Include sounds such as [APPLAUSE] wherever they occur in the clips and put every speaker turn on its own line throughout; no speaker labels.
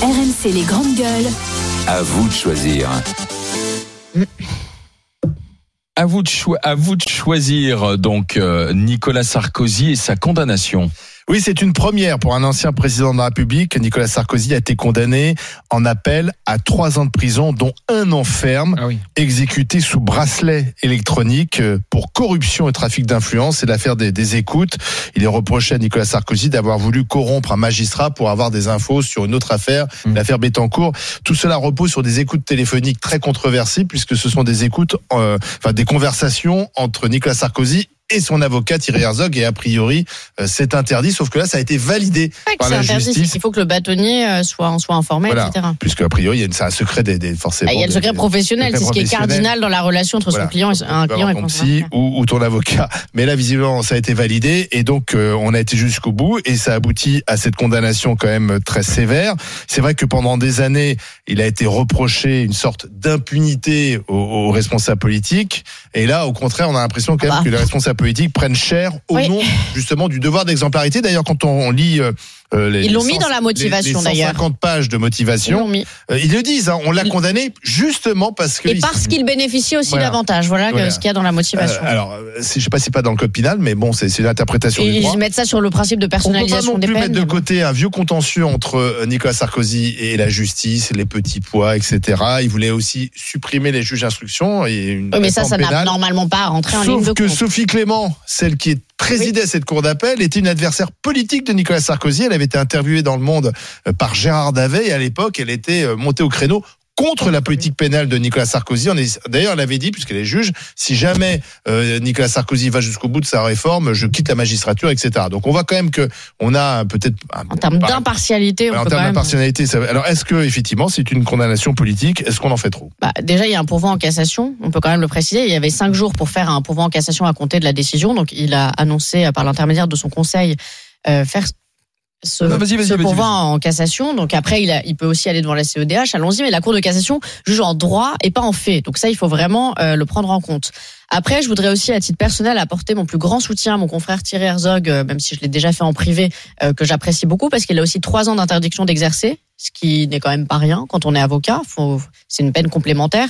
RMC les grandes gueules.
À vous de choisir.
À vous de, choi- à vous de choisir donc euh, Nicolas Sarkozy et sa condamnation.
Oui, c'est une première pour un ancien président de la République. Nicolas Sarkozy a été condamné en appel à trois ans de prison, dont un an ferme,
Ah oui.
exécuté sous bracelet électronique euh, pour corruption et trafic d'influence. C'est l'affaire des, des écoutes. Il est reproché à Nicolas Sarkozy d'avoir voulu corrompre un magistrat pour avoir des infos sur une autre affaire,
Mm.
l'affaire Bettencourt. Tout cela repose sur des écoutes téléphoniques très controversées puisque ce sont des écoutes, euh, enfin des conversations entre Nicolas Sarkozy et son avocat Thierry Herzog et a priori euh, c'est interdit sauf que là ça a été validé
pas que
par
c'est
la
interdit, c'est
justice
qu'il faut que le bâtonnier euh, soit, en soit informé,
Voilà.
etc.
puisque a priori il y a une- c'est un secret des, des
Ah,
forcément
Il y a le
des-
secret
des-
professionnel,
secret
c'est ce qui est
professionnel.
cardinal dans la relation entre
Voilà.
son client et un
Tu peux
client
avoir
et
ton
son
psy ou, ou ton avocat. Mais là, visiblement, ça a été validé et donc euh, on a été jusqu'au bout et ça aboutit à cette condamnation quand même très sévère. C'est vrai que pendant des années, il a été reproché une sorte d'impunité aux, aux responsables politiques. Et là, au contraire, on a l'impression quand même
Ah bah.
que les responsables politiques prennent cher au
Oui.
nom justement du devoir d'exemplarité. D'ailleurs, quand on, on lit euh, euh, les,
Ils l'ont
les
mis dans la
les-
motivation,
les
d'ailleurs.
150 pages de
Ils l'ont
motivation.
mis.
euh, Ils le disent, hein, on l'a
Il-
condamné justement parce que
Et
il-
parce qu'il bénéficie aussi
Voilà.
d'avantages. Voilà, que-
Voilà.
ce qu'il y a dans la motivation.
euh, alors, euh, c'est- je sais pas si c'est pas dans le code pénal, mais bon, c'est c'est l'interprétation
Et
du droit.
ils mettent ça sur le principe de
On peut pas
personnalisation
non
des
plus
peines.
mettre de côté un vieux contentieux entre euh, Nicolas Sarkozy et la justice, les petits poids, etc. Il voulait aussi supprimer les juges d'instruction et une
Oui, mais ça, ça
réforme
n'a
pénale.
normalement pas à rentrer en ligne
Sauf
de
que
compte.
Sophie Clément, celle qui est présidait cette cour d'appel, était une adversaire politique de Nicolas Sarkozy. Elle avait été interviewée dans Le Monde euh, par Gérard Davet et à l'époque, elle était euh, montée au créneau contre la politique pénale de Nicolas Sarkozy. On est- D'ailleurs, elle avait dit, puisqu'elle est juge, si jamais euh, Nicolas Sarkozy va jusqu'au bout de sa réforme, je quitte la magistrature, etc. Donc on voit quand même que on a peut-être un-
En termes
pas-
d'impartialité, on
en
peut quand
termes
même.
d'impartialité. ça- Alors est-ce que effectivement c'est une condamnation politique Est-ce qu'on en fait trop
Bah, déjà, il y a un pourvoi en cassation. On peut quand même le préciser. Il y avait cinq jours pour faire un pourvoi en cassation à compter de la décision. Donc, il a annoncé euh, par l'intermédiaire de son conseil euh, faire ce,
Non, vas-y, vas-y,
ce
vas-y,
pourvoi en cassation. Donc, après, il, a- il peut aussi aller devant la CEDH. Allons-y. Mais la Cour de cassation juge en droit et pas en fait. Donc, ça, il faut vraiment euh, le prendre en compte. Après, je voudrais aussi, à titre personnel, apporter mon plus grand soutien à mon confrère Thierry Herzog, euh, même si je l'ai déjà fait en privé, euh, que j'apprécie beaucoup, parce qu'il a aussi trois ans d'interdiction d'exercer, ce qui n'est quand même pas rien quand on est avocat. Faut... C'est une peine complémentaire.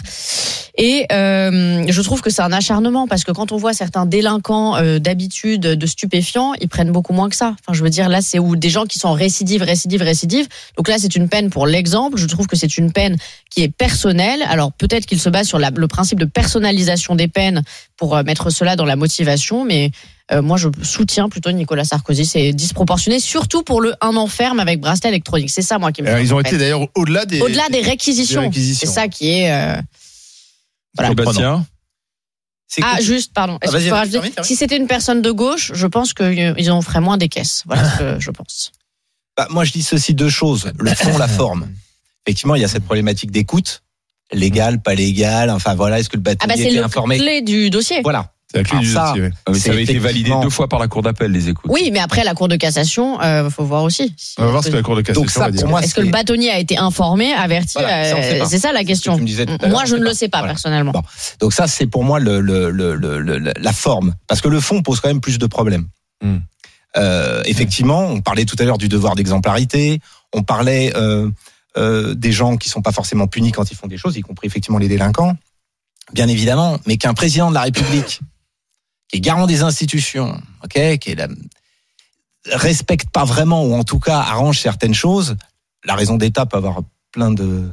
Et euh, je trouve que c'est un acharnement, parce que quand on voit certains délinquants euh, d'habitude, de stupéfiants, ils prennent beaucoup moins que ça. Enfin, je veux dire, là, c'est où des gens qui sont en récidive, récidive, récidive. Donc là, c'est une peine pour l'exemple. Je trouve que c'est une peine qui est personnelle. Alors peut-être qu'il se base sur la- le principe de personnalisation des peines pour euh, mettre cela dans la motivation, mais euh, moi je soutiens plutôt Nicolas Sarkozy. C'est disproportionné, surtout pour le un an ferme avec bracelet électronique. C'est ça moi qui me.
Alors,
fait
Ils ont
mal, en
été
fait.
d'ailleurs au-delà des
au-delà des réquisitions.
Euh, des réquisitions.
C'est ça qui est. euh,
Eh
Voilà.
Sébastien,
C'est
Ah juste pardon. Est-ce
Ah, vas-y,
que je peux
vas-y,
rajouter
termine, termine.
Si c'était une personne de gauche, je pense qu'ils en feraient moins des caisses. Voilà ce
Ah.
que je pense.
Bah, moi, je dis ceci deux choses le fond, la forme. Effectivement, il y a cette problématique d'écoute, légale, pas légale. Enfin, voilà, est-ce que le
Ah
bâtiment
bah c'est
était
le
informé
clé du dossier.
Voilà.
C'est la clé
Alors
du
ça,
dossier, ouais.
Ah, mais ça
c'est
avait été validé
effectivement-
deux fois par la Cour d'appel, les écoutes.
Oui, mais après la Cour de cassation, euh, faut voir aussi. si-
On va voir ce que la Cour de cassation
Donc, ça,
va dire.
pour moi,
Est-ce que
c'est-
le bâtonnier a été informé, averti
Voilà, ça, on sait
euh,
pas.
C'est ça la question.
tu me disais tout à l'heure,
Moi,
on
je
sait
ne
pas.
le sais pas
Voilà.
personnellement.
Bon. Donc ça, c'est pour moi le, le- le- le- le- la forme, parce que le fond pose quand même plus de problèmes.
Hmm.
Euh, effectivement, on parlait tout à l'heure du devoir d'exemplarité, on parlait euh, euh, des gens qui sont pas forcément punis quand ils font des choses, y compris effectivement les délinquants, bien évidemment, mais qu'un président de la République, qui est garant des institutions, ok, qui est la- respecte pas vraiment ou en tout cas arrange certaines choses, la raison d'État peut avoir plein de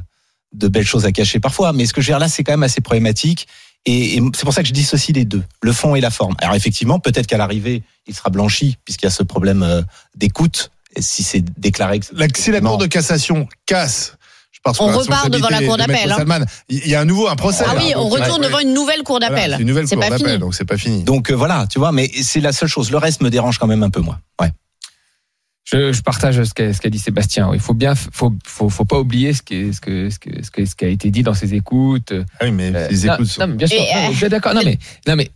de belles choses à cacher parfois, mais ce que je veux dire là, c'est quand même assez problématique. Et, et c'est pour ça que je dissocie les deux, le fond et la forme. Alors effectivement, peut-être qu'à l'arrivée, il sera blanchi, puisqu'il y a ce problème euh, d'écoute, et si c'est déclaré que...
La- si la Cour de cassation casse, je pense
On
que la
repart devant la
responsabilité
Cour
de
d'appel, hein.
Maître Salman, Il il y a un nouveau un procès.
Ah
là.
oui, on
Donc,
retourne
ouais,
devant
ouais.
une nouvelle cour
Voilà,
d'appel.
C'est une nouvelle
C'est
Cour
pas fini.
d'appel, donc c'est pas fini.
Donc euh, voilà, tu vois, mais c'est la seule chose. Le reste me dérange quand même un peu moins. Ouais.
Je, je partage ce qu'a ce qu'a dit Sébastien. Il faut bien, faut, faut, faut pas oublier ce qui, est- ce que, ce que, ce que- ce qui a été dit dans ses écoutes.
Ah oui, mais
Euh,
les
non,
écoutes sont-
non, mais bien sûr.
Et, euh,
non, mais je suis d'accord. Non mais, non mais,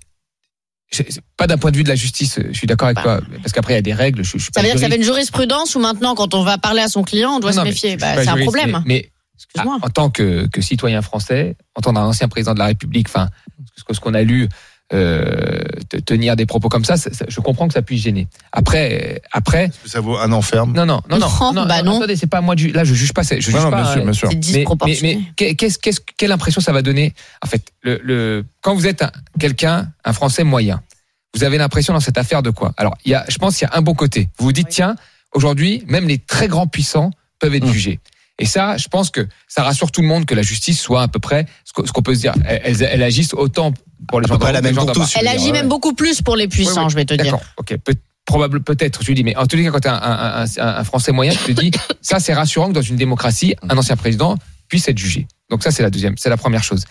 je- c'est pas d'un point de vue de la justice. euh, Je suis d'accord avec
Bah.
toi. Parce qu'après il y a des règles. Je, je suis pas
Ça veut dire que ça
juriste.
fait une jurisprudence où maintenant, quand on va parler à son client, on doit
Non,
se
non, mais je
méfier.
suis
Bah,
pas
c'est un
juriste,
problème.
Mais, mais Ah,
Excuse-moi.
en tant que, que citoyen français, en tant qu'un ancien président de la République, enfin, ce que- ce qu'on a lu euh, te- tenir des propos comme ça, ça- ça- je comprends que ça puisse gêner. Après, euh, après,
Est-ce que ça vaut un enferme
non, non, non, non,
Oh,
non,
Mmh. bah non.
attendez, c'est pas à moi du. Là, je juge pas. c'est- Je juge
Non, non,
pas.
bien sûr,
euh,
bien sûr.
C'est
mais, mais,
disproportionné.
mais qu'est- qu'est-ce- qu'est-ce- quelle impression ça va donner En fait, le, le- quand vous êtes un- quelqu'un, un Français moyen, vous avez l'impression dans cette affaire de quoi Alors, il y a, je pense qu'il y a un bon côté. Vous vous dites,
Oui.
tiens, aujourd'hui, même les très grands puissants peuvent
Mmh.
être jugés. Et ça, je pense que ça rassure tout le monde que la justice soit à peu près ce qu'on ce qu'on peut se dire. Elles, elles- elles agissent autant pour les
À
gens
peu près
d'en haut
la
que les
même
gens
pour
d'en bas.
tous,
Elle
veux
agit
dire,
même
ouais.
beaucoup plus pour les puissants,
Ouais, ouais.
je vais te dire.
D'accord, ok. Peut probable, peut-être, je dis, mais en tous les cas, quand t'es un, un, un, un- un Français moyen, tu
[COUGHS]
te dis, ça, c'est rassurant que dans une démocratie,
Mm.
un ancien président puisse être jugé. Donc ça, c'est la deuxième, c'est la première chose.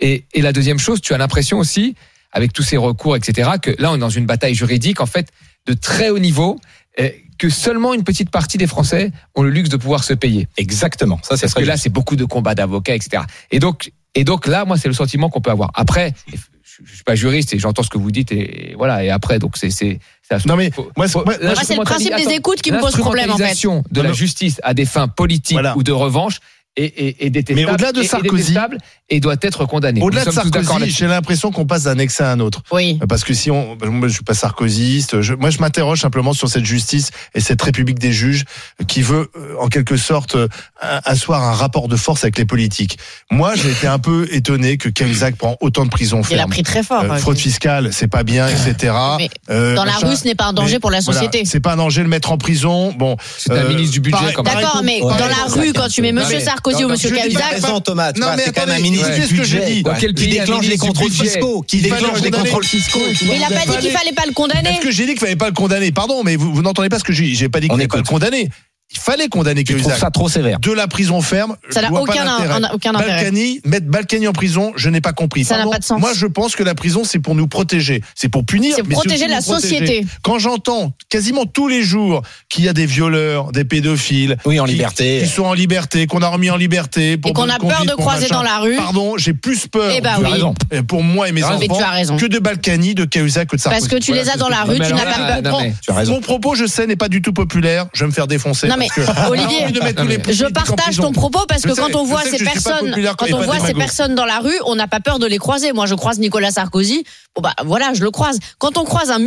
Et, et la deuxième chose, tu as l'impression aussi, avec tous ces recours, etc., que là, on est dans une bataille juridique, en fait, de très haut niveau, eh, que seulement une petite partie des Français ont le luxe de pouvoir se payer.
Exactement. Ça, c'est
Parce que là, c'est beaucoup de combats d'avocats, etc. Et donc, et donc là, moi, c'est le sentiment qu'on peut avoir. Après, je je suis pas juriste et j'entends ce que vous dites et voilà. Et après, donc c'est c'est c'est à ce-
Non, mais
faut-
moi,
faut-
moi-
Moi, c'est le principe
Attends,
des écoutes qui me pose problème, en fait.
l'instrumentalisation de
Non,
la
mais-
justice à des fins politiques
Voilà.
ou de revanche et et, et détestable.
Mais au-delà de
et- et
Sarkozy-
détestable et, doit être condamné.
Au-delà de
Nous sommes tous d'accord
Sarkozy,
là-dessus.
j'ai l'impression qu'on passe d'un excès à un autre.
Oui.
Parce que si on, moi je suis pas sarkozyste, je- moi je m'interroge simplement sur cette justice et cette république des juges qui veut euh, en quelque sorte euh, asseoir un rapport de force avec les politiques. Moi j'ai été un peu étonné que Cahuzac prend autant de prison
Il a
ferme.
pris très fort. hein.
Euh,
ouais.
fraude fiscale, c'est pas bien, etc.
Mais
Euh,
Dans la
machin.
rue, ce n'est pas un danger
Mais
pour la
voilà,
société.
c'est pas un danger de le mettre en prison. Bon,
C'est un
euh,
ministre du budget
pareil-
quand même.
pareil
D'accord,
pour-
mais
pareil
dans
pour
la
Sarkozy.
rue, quand tu mets
Non,
Monsieur
mais-
Sarkozy ou
non,
Monsieur
je dis pas
Cahuzac,
raison,
Thomas.
Non, mais
c'est quand même un
attendez,
ministre
il
du
dit ce que j'ai
budget.
dit.
Dans quel
Qui
pays un
déclenche les
ministre du
contrôles
budget
fiscaux. Qui
Il fallait
déclenche les
condamner.
contrôles fiscaux. tu vois.
mais il a pas dit
fallait-
qu'il fallait pas le condamner.
Est-ce que j'ai dit qu'il fallait pas le condamner Pardon, mais vous, vous n'entendez pas ce que j'ai dit. J'ai pas dit qu'il
On
fallait pas le
écoute.
condamner. Il fallait condamner
Je trouve
Cahuzac.
ça trop sévère.
De la prison ferme,
Ça
je
n'a
vois pas
aucun,
l'intérêt.
un- aucun intérêt.
Balkany, mettre Balkany en prison, je n'ai pas compris.
Ça n'a
Pardon
pas de sens.
Moi, je pense que la prison, c'est pour nous protéger. C'est pour punir.
C'est
mais
protéger
aussi
la
nous protéger.
société.
Quand j'entends quasiment tous les jours qu'il y a des violeurs, des pédophiles,
Oui, en
qui-
liberté.
qui sont en liberté, qu'on a remis en liberté, pour
Et qu'on
bonne
a peur
conduite,
de
pour
croiser
machin.
dans la rue.
Pardon, j'ai plus peur
Eh bah
Tu as
oui.
raison.
euh, pour moi et mes
Mais
enfants
tu as raison.
que de Balkany, de Cahuzac, que de Sarkozy.
Parce que tu les as dans la rue, tu
mais
n'as
alors
ah,
là,
pas
non,
peur.
mais-
Tu as raison.
Mon propos, je sais, n'est pas du tout populaire. Je vais me faire défoncer.
Non, mais,
parce que-
Olivier,
On a envie de mettre
non,
tous les
mais-
Je
politiques en
partage
prison.
ton propos parce
Je
que
sais,
quand on
je
voit
sais
ces
que je suis pas
personnes,
populaire
quand
et
on
pas
voit ces
démagogue.
personnes dans la rue, on n'a pas peur de les croiser. Moi, je croise Nicolas Sarkozy. Bon bah voilà, je le croise. Quand on croise un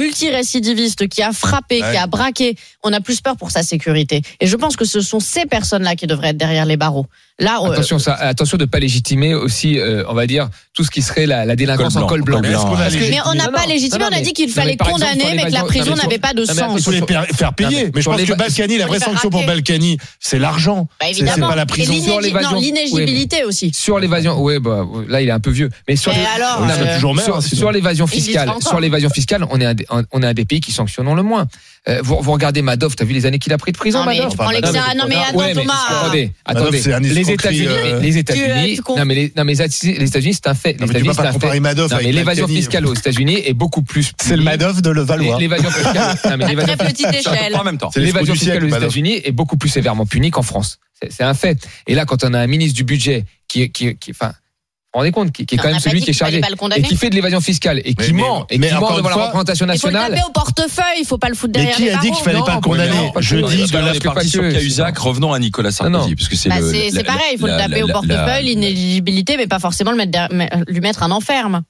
multirécidiviste qui a frappé,
Ouais.
qui a braqué, on a plus peur pour sa sécurité. Et je pense que ce sont ces personnes-là qui devraient être derrière les barreaux. Là, on-
Attention, ça, attention de pas légitimer aussi, euh, on va dire, tout ce qui serait la, la délinquance
Col
en col
blanc,
blanc.
col blanc.
Parce
Est-ce qu'on a
que-
mais on n'a
Non,
pas
non,
légitimé.
non,
On a
mais-
dit qu'il
non,
fallait
mais par exemple,
condamner,
sur les
mais que la
évasions-
prison
non, mais
n'avait
sur-
pas de
non, mais attends,
sens.
Il faut les pa- faire
Non,
payer.
mais
Mais je
sur
pense
les
que
va-
Balkany, la
sur
vraie
les
sanction pour
baraquets.
Balkany, c'est l'argent.
Bah,
C'est c'est
évidemment.
pas la
Et
prison.
sur
l'inégi-
l'évasion-
non, l'inéligibilité aussi.
Sur l'évasion, ouais, bah, là, il est un peu vieux. Mais sur,
Mais
les-
alors,
Non, mais
euh,
toujours maire, hein,
sur,
sinon.
sur l'évasion
Il
fiscale,
vivra encore.
sur l'évasion fiscale, on est un des, un- on est un des pays qui sanctionnons le moins. Euh, vous, vous regardez Madoff, t'as vu les années qu'il a pris de prison,
Non, mais
Madoff
tu prends
Madoff,
l'exemple- Non, mais
Ouais,
attends,
mais
Thomas.
Attendez,
Madoff,
attendez.
c'est un
les
escroquerie,
États-unis,
euh,
les
tu-
États-Unis,
tu comprends.
non mais les, non mais les États- les États-Unis c'est un fait. Les
Non, mais tu
États-Unis
peux
c'est
pas
un
comparer
fait.
Madoff
Non, mais
avec
l'évasion
Balkany.
fiscale aux États-Unis est beaucoup plus.
C'est le
punie.
Madoff de Levallois.
L'évasion fiscale. non, mais
[LAUGHS]
l'évasion
Très
[LAUGHS]
petite échelle.
En même temps.
C'est l'esprit
L'évasion
du
fiscale
siècle,
aux
Madoff.
États-Unis est beaucoup plus sévèrement punie qu'en France. C'est c'est un fait. Et là, quand on a un ministre du budget qui, qui, qui enfin, vous vous rendez compte, qui, qui est
On
quand même
n'a pas
celui
dit
qui est
qu'il fallait
chargé
pas le
et
condamner.
qui fait de l'évasion fiscale et qui
Mais-
ment
mais-
et
mais
qui ment
encore une
devant la
fois,
représentation
Il faut le
nationale.
taper au portefeuille, il faut pas le foutre
Mais
derrière
qui
les
a dit
barreaux.
qu'il fallait
Non,
pas le
mais non,
condamner
parce
Je
que-
dis
parce
de
que
la
là,
on est parti sur
précieux,
Cahuzac,
c'est-
revenons à Nicolas
Non,
Sarkozy,
non.
parce que c'est
Bah,
le-
c'est
la-
c'est pareil, il faut
la-
le taper
la-
au
la-
portefeuille,
la-
l'inéligibilité, mais pas forcément le mettre derrière- mais, euh, lui mettre un enferme.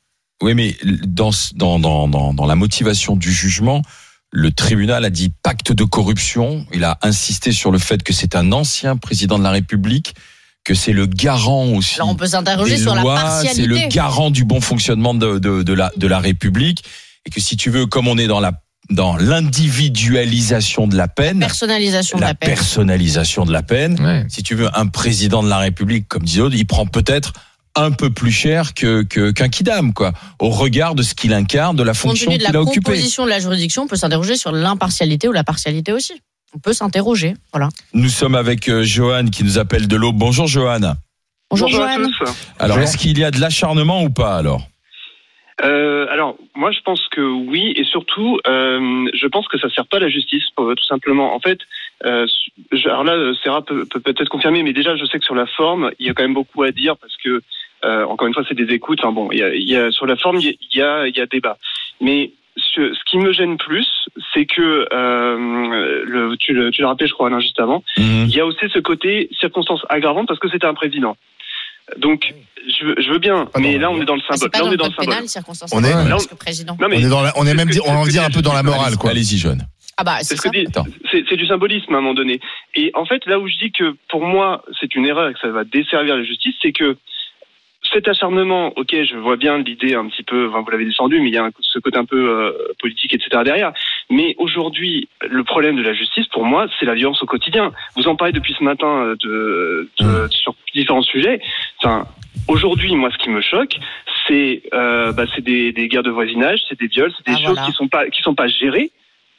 Oui, mais dans, ce- dans, dans, dans, dans la motivation du jugement, le tribunal a dit pacte de corruption. Il a insisté sur le fait que c'est un ancien président de la République, que c'est le garant aussi.
Alors on peut s'interroger
des
sur la
lois, c'est le
partialité.
garant du bon fonctionnement de, de, de, la, de la République. Et que si tu veux, comme on est dans la dans l'individualisation de la peine,
Personnalisation de
la
la peine.
personnalisation de la peine,
Ouais.
si tu veux, un président de la République, comme disait l'autre, il prend peut-être un peu plus cher que que- qu'un kidam, quoi, au regard de ce qu'il incarne, de la
Compte
fonction
tenu de la
qu'il a occupée.
composition de la juridiction, on peut s'interroger sur l'impartialité ou la partialité aussi. On peut s'interroger. Voilà.
Nous sommes avec euh, Johan qui nous appelle de l'eau. Bonjour Johan.
Bonjour,
Bonjour à
Joanne.
tous.
Alors,
Bonjour.
est-ce qu'il y a de l'acharnement ou pas alors
Euh, alors, moi, je pense que oui, et surtout, euh, je pense que ça sert pas à la justice, euh, tout simplement. En fait, euh, je- alors là, euh, Sarah peut peut- peut-être confirmer, mais déjà, je sais que sur la forme, il y a quand même beaucoup à dire parce que, euh, encore une fois, c'est des écoutes. Enfin bon, il y a, il y a- sur la forme, il y a- il y a, il y a débat. Mais ce, ce qui me gêne plus, c'est que euh, le, tu, le- tu l'as rappelé, je crois, Alain, juste avant.
Mhm.
Il y a aussi ce côté circonstance aggravante parce que c'était un président. Donc, je, veux- je veux bien,
dans
mais
la
là, on est dans le
Ah, c'est
symbole.
pas
Là,
dans
on
le
est dans le
code
symbole.
pénal, circonstance
On est-
atténuante,
Non.
parce que président.
Non, mais
on est, dans la- on est même,
Est-ce que-
on en
est-ce que
vient
c'est
un peu dans la
juste-
morale, quoi.
Allez-y, jeune.
Ah bah,
C'est
c'est
ce que
ça.
dit-
Attends.
c'est- c'est du symbolisme à un moment donné. Et en fait, là où je dis que pour moi, c'est une erreur et que ça va desservir la justice, c'est que cet acharnement, ok, je vois bien l'idée un petit peu, enfin, vous l'avez descendu, mais il y a un- ce côté un peu euh, politique, etc. derrière. Mais aujourd'hui, le problème de la justice, pour moi, c'est la violence au quotidien. Vous en parlez depuis ce matin euh, de, de- sur différents sujets. Enfin, aujourd'hui, moi, ce qui me choque, c'est euh, bah, c'est des, des guerres de voisinage, c'est des viols, c'est des
Ah,
choses
voilà.
qui sont pas qui sont pas gérées,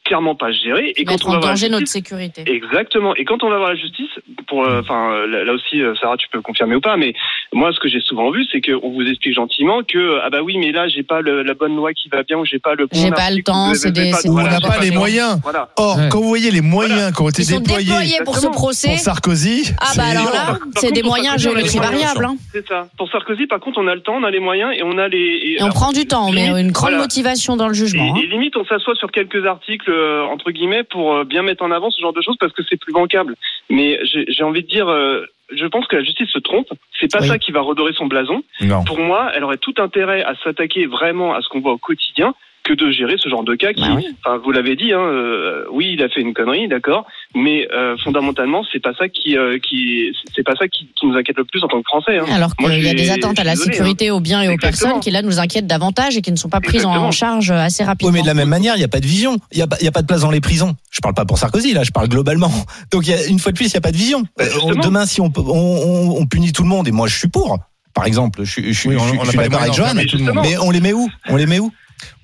clairement pas gérées.
Et
Et quand
mettre
on va
en
voir la
danger notre
justice-
sécurité.
Exactement. Et quand on va voir la justice, pour, euh, enfin, euh, là, là aussi, euh, Sarah, tu peux confirmer ou pas, mais moi, ce que j'ai souvent vu, c'est qu'on vous explique gentiment que ah bah oui, mais là, j'ai pas le- la bonne loi qui va bien ou j'ai pas le. bon
J'ai pas
article,
le temps,
ou-
c'est des-
pas-
c'est
Où on
Voilà,
n'a
j'ai
pas
pas
les
fait.
moyens.
Voilà.
Or,
Ouais.
quand vous voyez les moyens qui ont été
Ils sont
déployés,
déployés pour ce
Exactement.
procès.
pour Sarkozy,
Ah bah alors là,
Par
c'est
contre,
des
on
moyens à
s'assure
géométrie
des moyens,
variable. hein.
C'est ça. Pour Sarkozy, par contre, on a le temps, on a les moyens et on a les.
Et on prend du temps, on met une grande
Voilà.
motivation dans le jugement. hein.
Et, et limite, on s'assoit sur quelques articles, euh, entre guillemets, pour euh, bien mettre en avant ce genre de choses parce que c'est plus bancable. Mais j'ai j'ai envie de dire, euh, je pense que la justice se trompe. C'est pas
Oui.
ça qui va redorer son blason.
Non.
Pour moi, elle aurait tout intérêt à s'attaquer vraiment à ce qu'on voit au quotidien que de gérer ce genre de cas qui,
Bah oui.
enfin, vous l'avez dit, hein, euh, oui, il a fait une connerie, d'accord, mais euh, fondamentalement, c'est pas ça qui, euh, qui, c'est pas ça qui, qui nous inquiète le plus en tant que Français. Hein.
Alors
Moi,
qu'il y a
j'ai-
des attentes à la
je suis désolé, hein.
sécurité, aux biens et aux
Exactement.
personnes qui là nous inquiètent davantage et qui ne sont pas prises en
Exactement.
charge euh, assez
Oui,
rapidement.
mais de la même manière, il n'y a pas de vision. Il n'y a, pas- il y a pas de place dans les prisons. Je parle pas pour Sarkozy, là, je parle globalement. [LAUGHS] Donc, il y a- une fois de plus, il n'y a pas de vision.
Bah,
Euh, on-
justement.
demain, si on, peut- on, on- on punit tout le monde, et moi, je suis pour, par exemple, je, suis- je, suis-
Oui,
je,
on-
suis-
on
je
n'a
suis
pas les
d'accord avec
moyens
Johan,
d'en faire, mais justement.
mais on les met où On les met où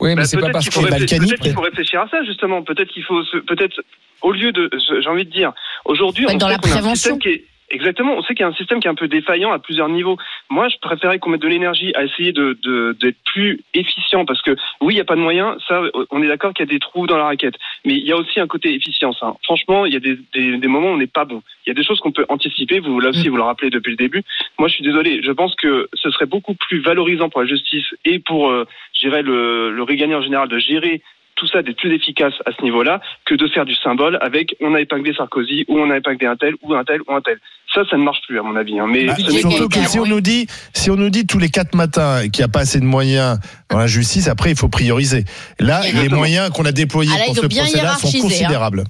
Oui, mais
Bah,
c'est pas
peut-être
parce
qu'il
que
faut
est
réfléchir-
balkanique.
Peut-être qu'il faut réfléchir à ça justement. Peut-être qu'il faut, se- peut-être au lieu de, j'ai envie de dire, aujourd'hui,
Peut-être
on
dans
sait
la
qu'on a un
prévention.
système qui est Exactement, on sait qu'il y a un système qui est un peu défaillant à plusieurs niveaux. Moi, je préférais qu'on mette de l'énergie à essayer de de- d'être plus efficient parce que oui, il n'y a pas de moyens, ça, on est d'accord qu'il y a des trous dans la raquette, mais il y a aussi un côté efficience. hein. Franchement, il y a des, des, des moments où on n'est pas bon. Il y a des choses qu'on peut anticiper, vous là
Mm.
aussi, vous le rappelez depuis le début. Moi, je suis désolé, je pense que ce serait beaucoup plus valorisant pour la justice et pour, euh, je dirais, le, le régalien en général de gérer tout ça d'être plus efficace à ce niveau-là que de faire du symbole avec on a épinglé Sarkozy ou on a épinglé un tel ou un tel ou un tel. Ça, ça ne marche plus à mon avis. hein, Mais
Bah,
ce
budget
n'est
qui a
que-
surtout
été
que si on nous dit, si on nous dit tous les quatre matins qu'il n'y a pas assez de moyens dans la justice, après il faut prioriser. Là, les
Exactement.
moyens qu'on a déployés
Ah là,
pour
ils
ce
ont bien
procès-là sont
hiérarchisé, hein.
considérables.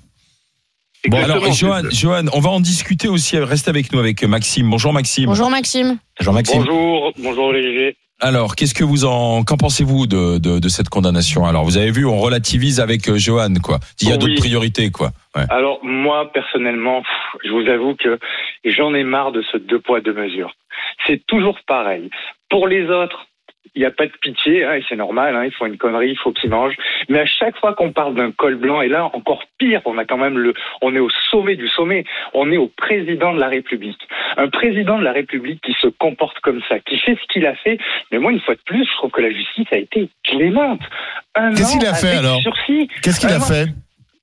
Bon,
Exactement.
alors, Johan, Johan, on va en discuter aussi. Reste avec nous avec Maxime. Bonjour, Maxime.
Bonjour Maxime.
Jean-Maxime.
Bonjour, bonjour les GG.
Alors, qu'est-ce que vous en, qu'en pensez-vous de, de, de cette condamnation Alors, vous avez vu, on relativise avec euh, Johan, quoi. Il y a
Oh Oui.
d'autres priorités, quoi. Ouais.
Alors moi personnellement, pff, je vous avoue que j'en ai marre de ce deux poids deux mesures. C'est toujours pareil. Pour les autres, il n'y a pas de pitié, hein, et c'est normal, hein, ils font une connerie, il faut qu'ils mangent. Mais à chaque fois qu'on parle d'un col blanc, et là encore pire, on a quand même le, on est au sommet du sommet, on est au président de la République. Un président de la République qui se comporte comme ça, qui fait ce qu'il a fait. Mais moi, une fois de plus, je trouve que la justice a été clémente. Un
Qu'est-ce
an
qu'il a fait,
avec
alors
sursis.
Qu'est-ce qu'il a
Alors,
fait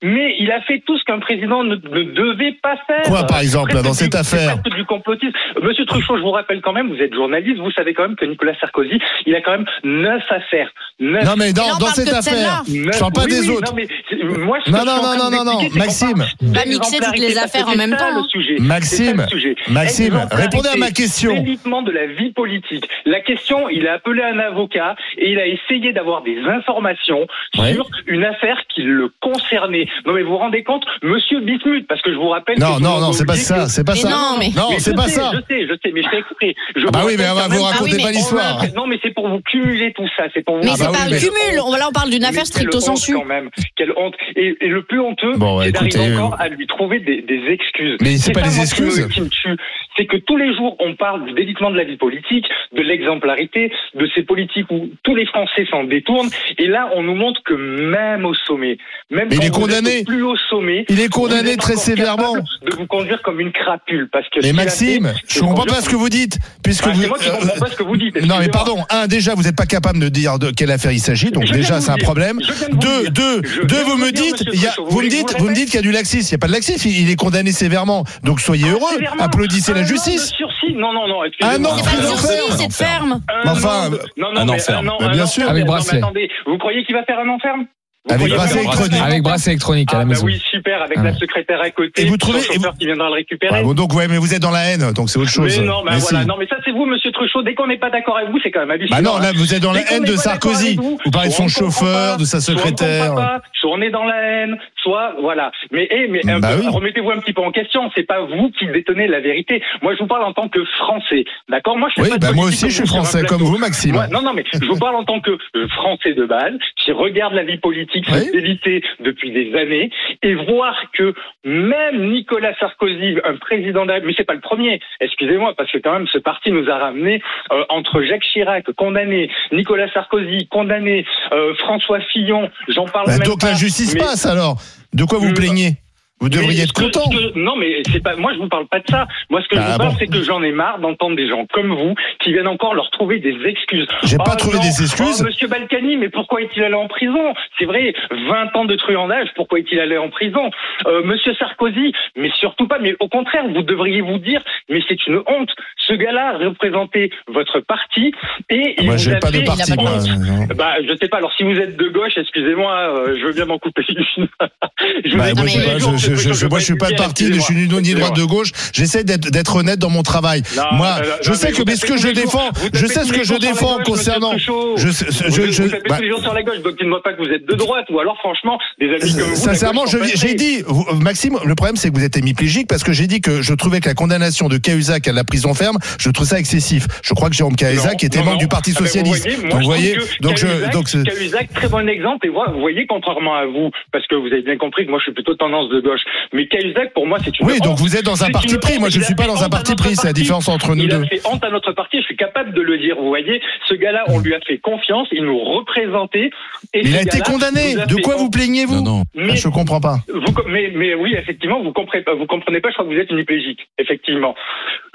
Mais il a fait tout ce qu'un président ne, ne devait pas faire. Euh,
Quoi, par exemple,
C'est
dans
presque
cette
du- c'est
affaire
presque du complotisme. Monsieur Truchot, je vous rappelle quand même, vous êtes journaliste, vous savez quand même que Nicolas Sarkozy, il a quand même neuf affaires. Neuf.
Non mais
Et là,
dans,
on
dans
parle
cette
que de celle-là.
affaire.
neuf-
je parle pas
Oui,
des
oui,
autres.
Non, mais c'est- moi, ce que
Non,
je
non,
suis en train
non,
de
non, non,
m'expliquer, c'est qu'on
Maxime.
parle
Pas mixer toutes les
d'exemplarité.
affaires en
C'est
même
ça,
temps,
le
hein.
sujet. C'est ça,
Maxime,
le sujet.
Maxime,
Exemplarité.
répondez à ma question.
Délitement de la vie politique. La question, il a appelé un avocat et il a essayé d'avoir des informations
Ouais.
sur une affaire qui le concernait. Non mais vous vous rendez compte, Monsieur Bismuth, parce que je vous rappelle.
Non,
que
non,
vous
non, c'est pas
oubliez
ça,
que-
c'est pas
Mais
ça.
non, mais-
Non,
Mais
c'est
je
pas
sais,
ça.
Je sais, je sais, mais je fais exprès. Je
Ah bah
vous
oui, mais on
rappelle
va
quand
vous
même-
raconter
Ah oui,
pas
mais
l'histoire.
on a- Non mais c'est pour vous cumuler tout ça, c'est pour vous.
Mais
Ah
c'est
bah
pas
oui,
un
mais-
cumul. On va là on parle d'une affaire
Mais quelle
stricto
honte
sensu.
Quand même, quelle honte. Et, et le plus honteux,
Bon,
c'est
écoutez, euh,
d'arriver encore à lui trouver des, des excuses.
Mais c'est pas
ça,
des
moi, qui me-
excuses.
qui me tue. C'est que tous les jours, on parle du délitement de la vie politique, de l'exemplarité, de ces politiques où tous les Français s'en détournent. Et là, on nous montre que même au sommet, même
Mais il
quand
est
vous êtes
condamné.
au plus haut sommet,
Il est
vous
condamné
êtes
très
encore
sévèrement.
capable De vous conduire comme une crapule, parce que.
Mais Maxime, je comprends pas ce que vous dites, puisque
Ah,
vous. euh,
c'est moi qui comprends pas ce que vous dites.
Non mais
excusez-moi.
pardon, un déjà vous n'êtes pas capable de dire de quelle affaire il s'agit, donc
Je viens
déjà
de
c'est un
vous dire.
problème.
Je viens de vous
Deux,
dire.
deux,
Je
deux,
viens de
vous
vous
me
dire,
dites,
monsieur
il y a-
Truchot, vous
vous me
voulez que
dites,
je vous
vous me
répète
dites qu'il y a du laxisme, il n'y a pas de laxisme, il est condamné sévèrement, donc soyez heureux,
Ah, Sévèrement. Ah,
applaudissez
Un
la
an de
justice.
sursis. Non, non, non.
Un an
C'est
de
pas le
prison ferme.
sursis, c'est de ferme.
Un
Mais enfin, euh,
an de- non, non,
un
mais
enferme.
un an-
Mais
un
bien
an
sûr.
ferme.
Avec
Non, mais
bracelet.
attendez, vous croyez qu'il va faire un enferme
Avec
pourriez
bracelet
faire un
électronique.
Avec brasse électronique à
Ah,
la
bah
maison.
oui, super, avec
Ah
la
ouais.
secrétaire à côté,
Et vous
son
trouvez- et
chauffeur qui viendra le récupérer.
Ouais, bon, donc, ouais, mais vous êtes dans la haine, donc c'est autre chose.
mais non, bah
Mais
voilà,
si.
non, mais ça c'est vous, monsieur Truchot. Dès qu'on n'est pas d'accord avec vous, c'est quand même hallucinant. hein.
Bah non, là, vous êtes dans
Dès
la
qu'on
haine
n'est
de
pas d'accord
Sarkozy.
avec vous,
Vous parlez de
soit on
son
comprend
secrétaire,
pas,
de sa
Soit on,
secrétaire.
comprend pas, soit on est dans la haine, soit voilà. Mais, eh, mais un
Bah
peu-
oui.
remettez-vous un petit peu en question. C'est pas vous qui détenez la vérité. Moi, je vous parle en tant que Français, d'accord Moi, je fais
Oui,
pas de
bah moi
politique
aussi, je suis
sur un
français,
plateau.
comme vous, Maxime.
Moi, non, non, mais je vous parle en tant que euh, Français de base, qui regarde la vie politique
Oui.
s'éviter depuis des années, et voir que même Nicolas Sarkozy, un président de la- mais c'est pas le premier, excusez-moi, parce que quand même ce parti nous a ramené euh, entre Jacques Chirac condamné, Nicolas Sarkozy condamné, euh, François Fillon, j'en parle
Bah,
même
donc
pas.
la justice
mais-
passe alors. De quoi vous
Mais-
plaignez Vous devriez
mais
être
ce que-
content.
ce que- non, mais c'est pas. Moi, je vous parle pas de ça. Moi, ce que
Ah,
je vous
bon.
parle, c'est que j'en ai marre d'entendre des gens comme vous qui viennent encore leur trouver des excuses.
J'ai
Oh
pas trouvé
non,
des excuses.
oh, Monsieur Balkany, mais pourquoi est-il allé en prison C'est vrai, 20 ans de truandage, pourquoi est-il allé en prison Euh, Monsieur Sarkozy, mais surtout pas. Mais au contraire, vous devriez vous dire, mais c'est une honte. Ce gars-là représentait votre parti et
Moi, Ah
il vous
bah, j'ai
a
pas de
fait
parti.
il a
moi.
pas
bah, je sais pas. Alors, si vous êtes de gauche, excusez-moi, euh, je veux bien m'en couper. [LAUGHS] une. je
Bah,
ai
moi,
tous
je,
les
sais pas,
jours,
je-
ce
je-
truc,
je- moi, je suis pas de
excusez-moi,
parti, je suis ni ni droite de gauche. J'essaie d'être d'être honnête dans mon travail.
Non,
Moi,
euh,
je
non,
sais
mais
que
vous
mais ce
tapez
que je
tous les jours-
défends,
vous
je
tapez
sais
tous
ce
les
que je
jours sur la
défends
gauche,
concernant.
monsieur Truchot.
Je, sais-
Oh. Vous,
je, je,
vous tapez
bah,
tous les jours sur la gauche, donc dites-moi pas que vous êtes de droite, ou alors franchement, des amis comme vous.
Sincèrement, je- j'ai dit, vous- Maxime, le problème c'est que vous êtes hémiplégique parce que j'ai dit que je trouvais que la condamnation de Cahuzac à la prison ferme, je trouve ça excessif. Je crois que Jérôme Cahuzac était membre du
Ah ben,
Parti socialiste. donc vous voyez, donc je, donc ce-
Cahuzac, très bon exemple, et voilà, vous voyez, contrairement à vous, parce que vous avez bien compris que moi je suis plutôt de tendance de gauche, mais Cahuzac, pour moi, c'est une.
oui, donc
honte.
vous êtes dans un
C'est
parti
une
pris.
honte,
Moi, je
il
suis
a
pas
fait
dans un
honte à
parti
notre
pris. C'est la
parti.
différence entre nous
Il a
deux.
fait honte à notre parti, je suis capable de le dire, vous voyez. Ce gars-là, on lui a fait confiance, il nous représentait. Et
Il
ce
a été
gars-là
condamné.
nous a
De
fait
quoi vous
honte.
Non,
plaignez-vous
non.
Ah,
mais,
Je comprends pas.
vous com- mais, mais oui, effectivement, vous comprenez pas, vous comprenez pas, je crois que vous êtes uniplégique, effectivement.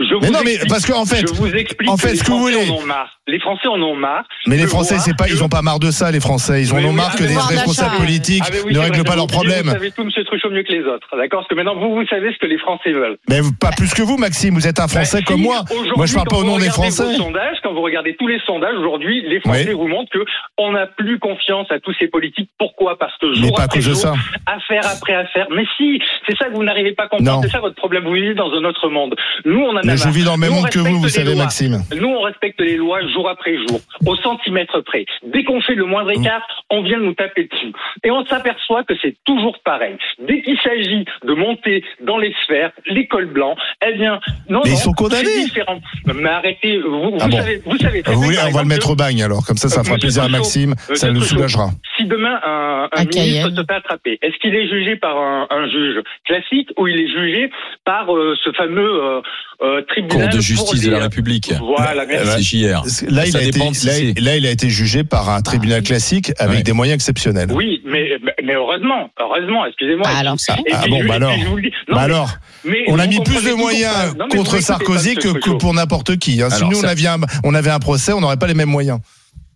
Je
Mais
vous
non, mais
explique-
parce que en fait,
je vous explique
en fait,
que les
ce que vous
Français
voulez.
en ont marre. Les Français en ont marre.
Mais les
Je
Français,
vois
c'est pas,
que-
ils ont pas marre de ça, les Français. Ils en
Mais
ont
oui,
marre que
mais
les
pouvoir d'achat.
responsables
Ah,
politiques
mais oui,
ne
c'est
règlent
vrai,
pas
vous
leurs
oubliez, Vous
problèmes.
savez tout, monsieur Truchot, mieux que les autres. D'accord? Parce que maintenant, vous, vous savez ce que les Français veulent.
Mais vous- pas plus que vous, Maxime. Vous êtes un Français
Bah,
comme
si,
moi.
aujourd'hui,
Moi, je parle pas
quand
au
vous
nom des
regardez
Français.
vos sondages, quand vous regardez tous les sondages aujourd'hui, les Français
Oui.
vous montrent que on n'a plus confiance à tous ces politiques. Pourquoi Parce que
Mais
jour
pas à
après
cause de
jour,
ça.
affaire après affaire. Mais si, c'est ça que vous n'arrivez pas à comprendre.
Non.
C'est ça votre problème. Vous vivez dans un autre monde. Nous, on en a
Mais
marre.
je vis dans le même
Nous, on
monde que vous,
respecte
vous
les
savez,
lois.
Maxime.
Nous, on respecte les lois jour après jour, au centimètre près. Dès qu'on fait le moindre
Mm.
écart, on vient nous taper dessus. Et on s'aperçoit que c'est toujours pareil. Dès qu'il s'agit de monter dans les sphères, l'école blanc, eh bien, non,
Mais ils
non,
sont condamnés.
c'est différent. Mais arrêtez, vous, vous
Ah bon.
savez, vous savez très
Vous
bien,
voulez,
par
on va le
exemple,
mettre au bagne alors. Comme ça, ça
Euh,
fera
monsieur
plaisir à
Truchot,
Maxime.
euh,
Ça le
Truchot.
soulagera.
si demain un, un
À
ministre
Cayenne.
se fait attraper, est-ce qu'il est jugé par un, un juge classique ou il est jugé par euh, ce fameux euh, euh,
Cour
tribunal
de
pour
justice
les-
de la République.
Voilà, merci.
C'est JR.
Là,
Ça
il a été,
dépend si
là,
c'est-
il- là, il a été jugé par un tribunal classique avec
Ouais.
des moyens exceptionnels.
Oui, mais, mais heureusement, heureusement, excusez-moi.
Bah alors, ça.
Et
Ah
puis
bon,
je-
bah
et puis
alors.
je vous le dis-
Bah
non, mais-
alors,
mais
on a
vous
mis plus de
comprenez
moyens
toujours pas. Non, mais vous
contre
m'écoutez pas,
Sarkozy que,
monsieur
que
Truchot.
pour n'importe qui. hein. Si
Alors,
nous on
ça-
avait, un, on avait un procès, on n'aurait pas les mêmes moyens.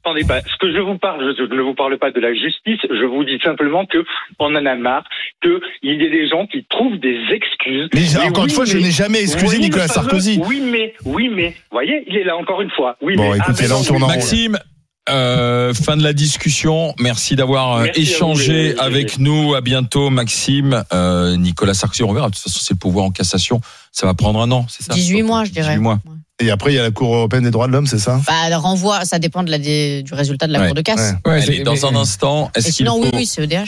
Attendez pas. Ce que je vous parle, je ne vous parle pas de la justice. Je vous dis simplement que on en a marre que il y ait des gens qui trouvent des excuses.
Mais
Mais
encore
oui,
une fois, je
mais-
n'ai jamais
Vous
excusé
voyez le
Nicolas
fameux
Sarkozy.
Oui, mais, oui, mais. Vous voyez, il est là encore une fois. Oui,
Bon,
mais.
écoutez,
mais
là, on
non,
tourne en
oui,
rond,
mais-
Maxime, euh, fin de la discussion. Merci d'avoir euh,
Merci à vous, les-
échangé
les-
avec nous. À bientôt, Maxime. Euh, Nicolas Sarkozy, on verra. De toute façon, c'est le pouvoir en cassation. Ça va prendre un an, c'est ça
18 mois, je dirais.
18 mois.
Ouais.
Et après, il y a la Cour européenne des droits de l'homme, c'est ça
Bah, le renvoi, ça dépend de la, des- du résultat de la
Ouais.
cour de casse.
Ouais.
Ouais,
Allez,
c'est-
dans
mais-
un instant,
Et
est-ce qu'il
sinon,
faut...
oui, oui, c'est E EDH.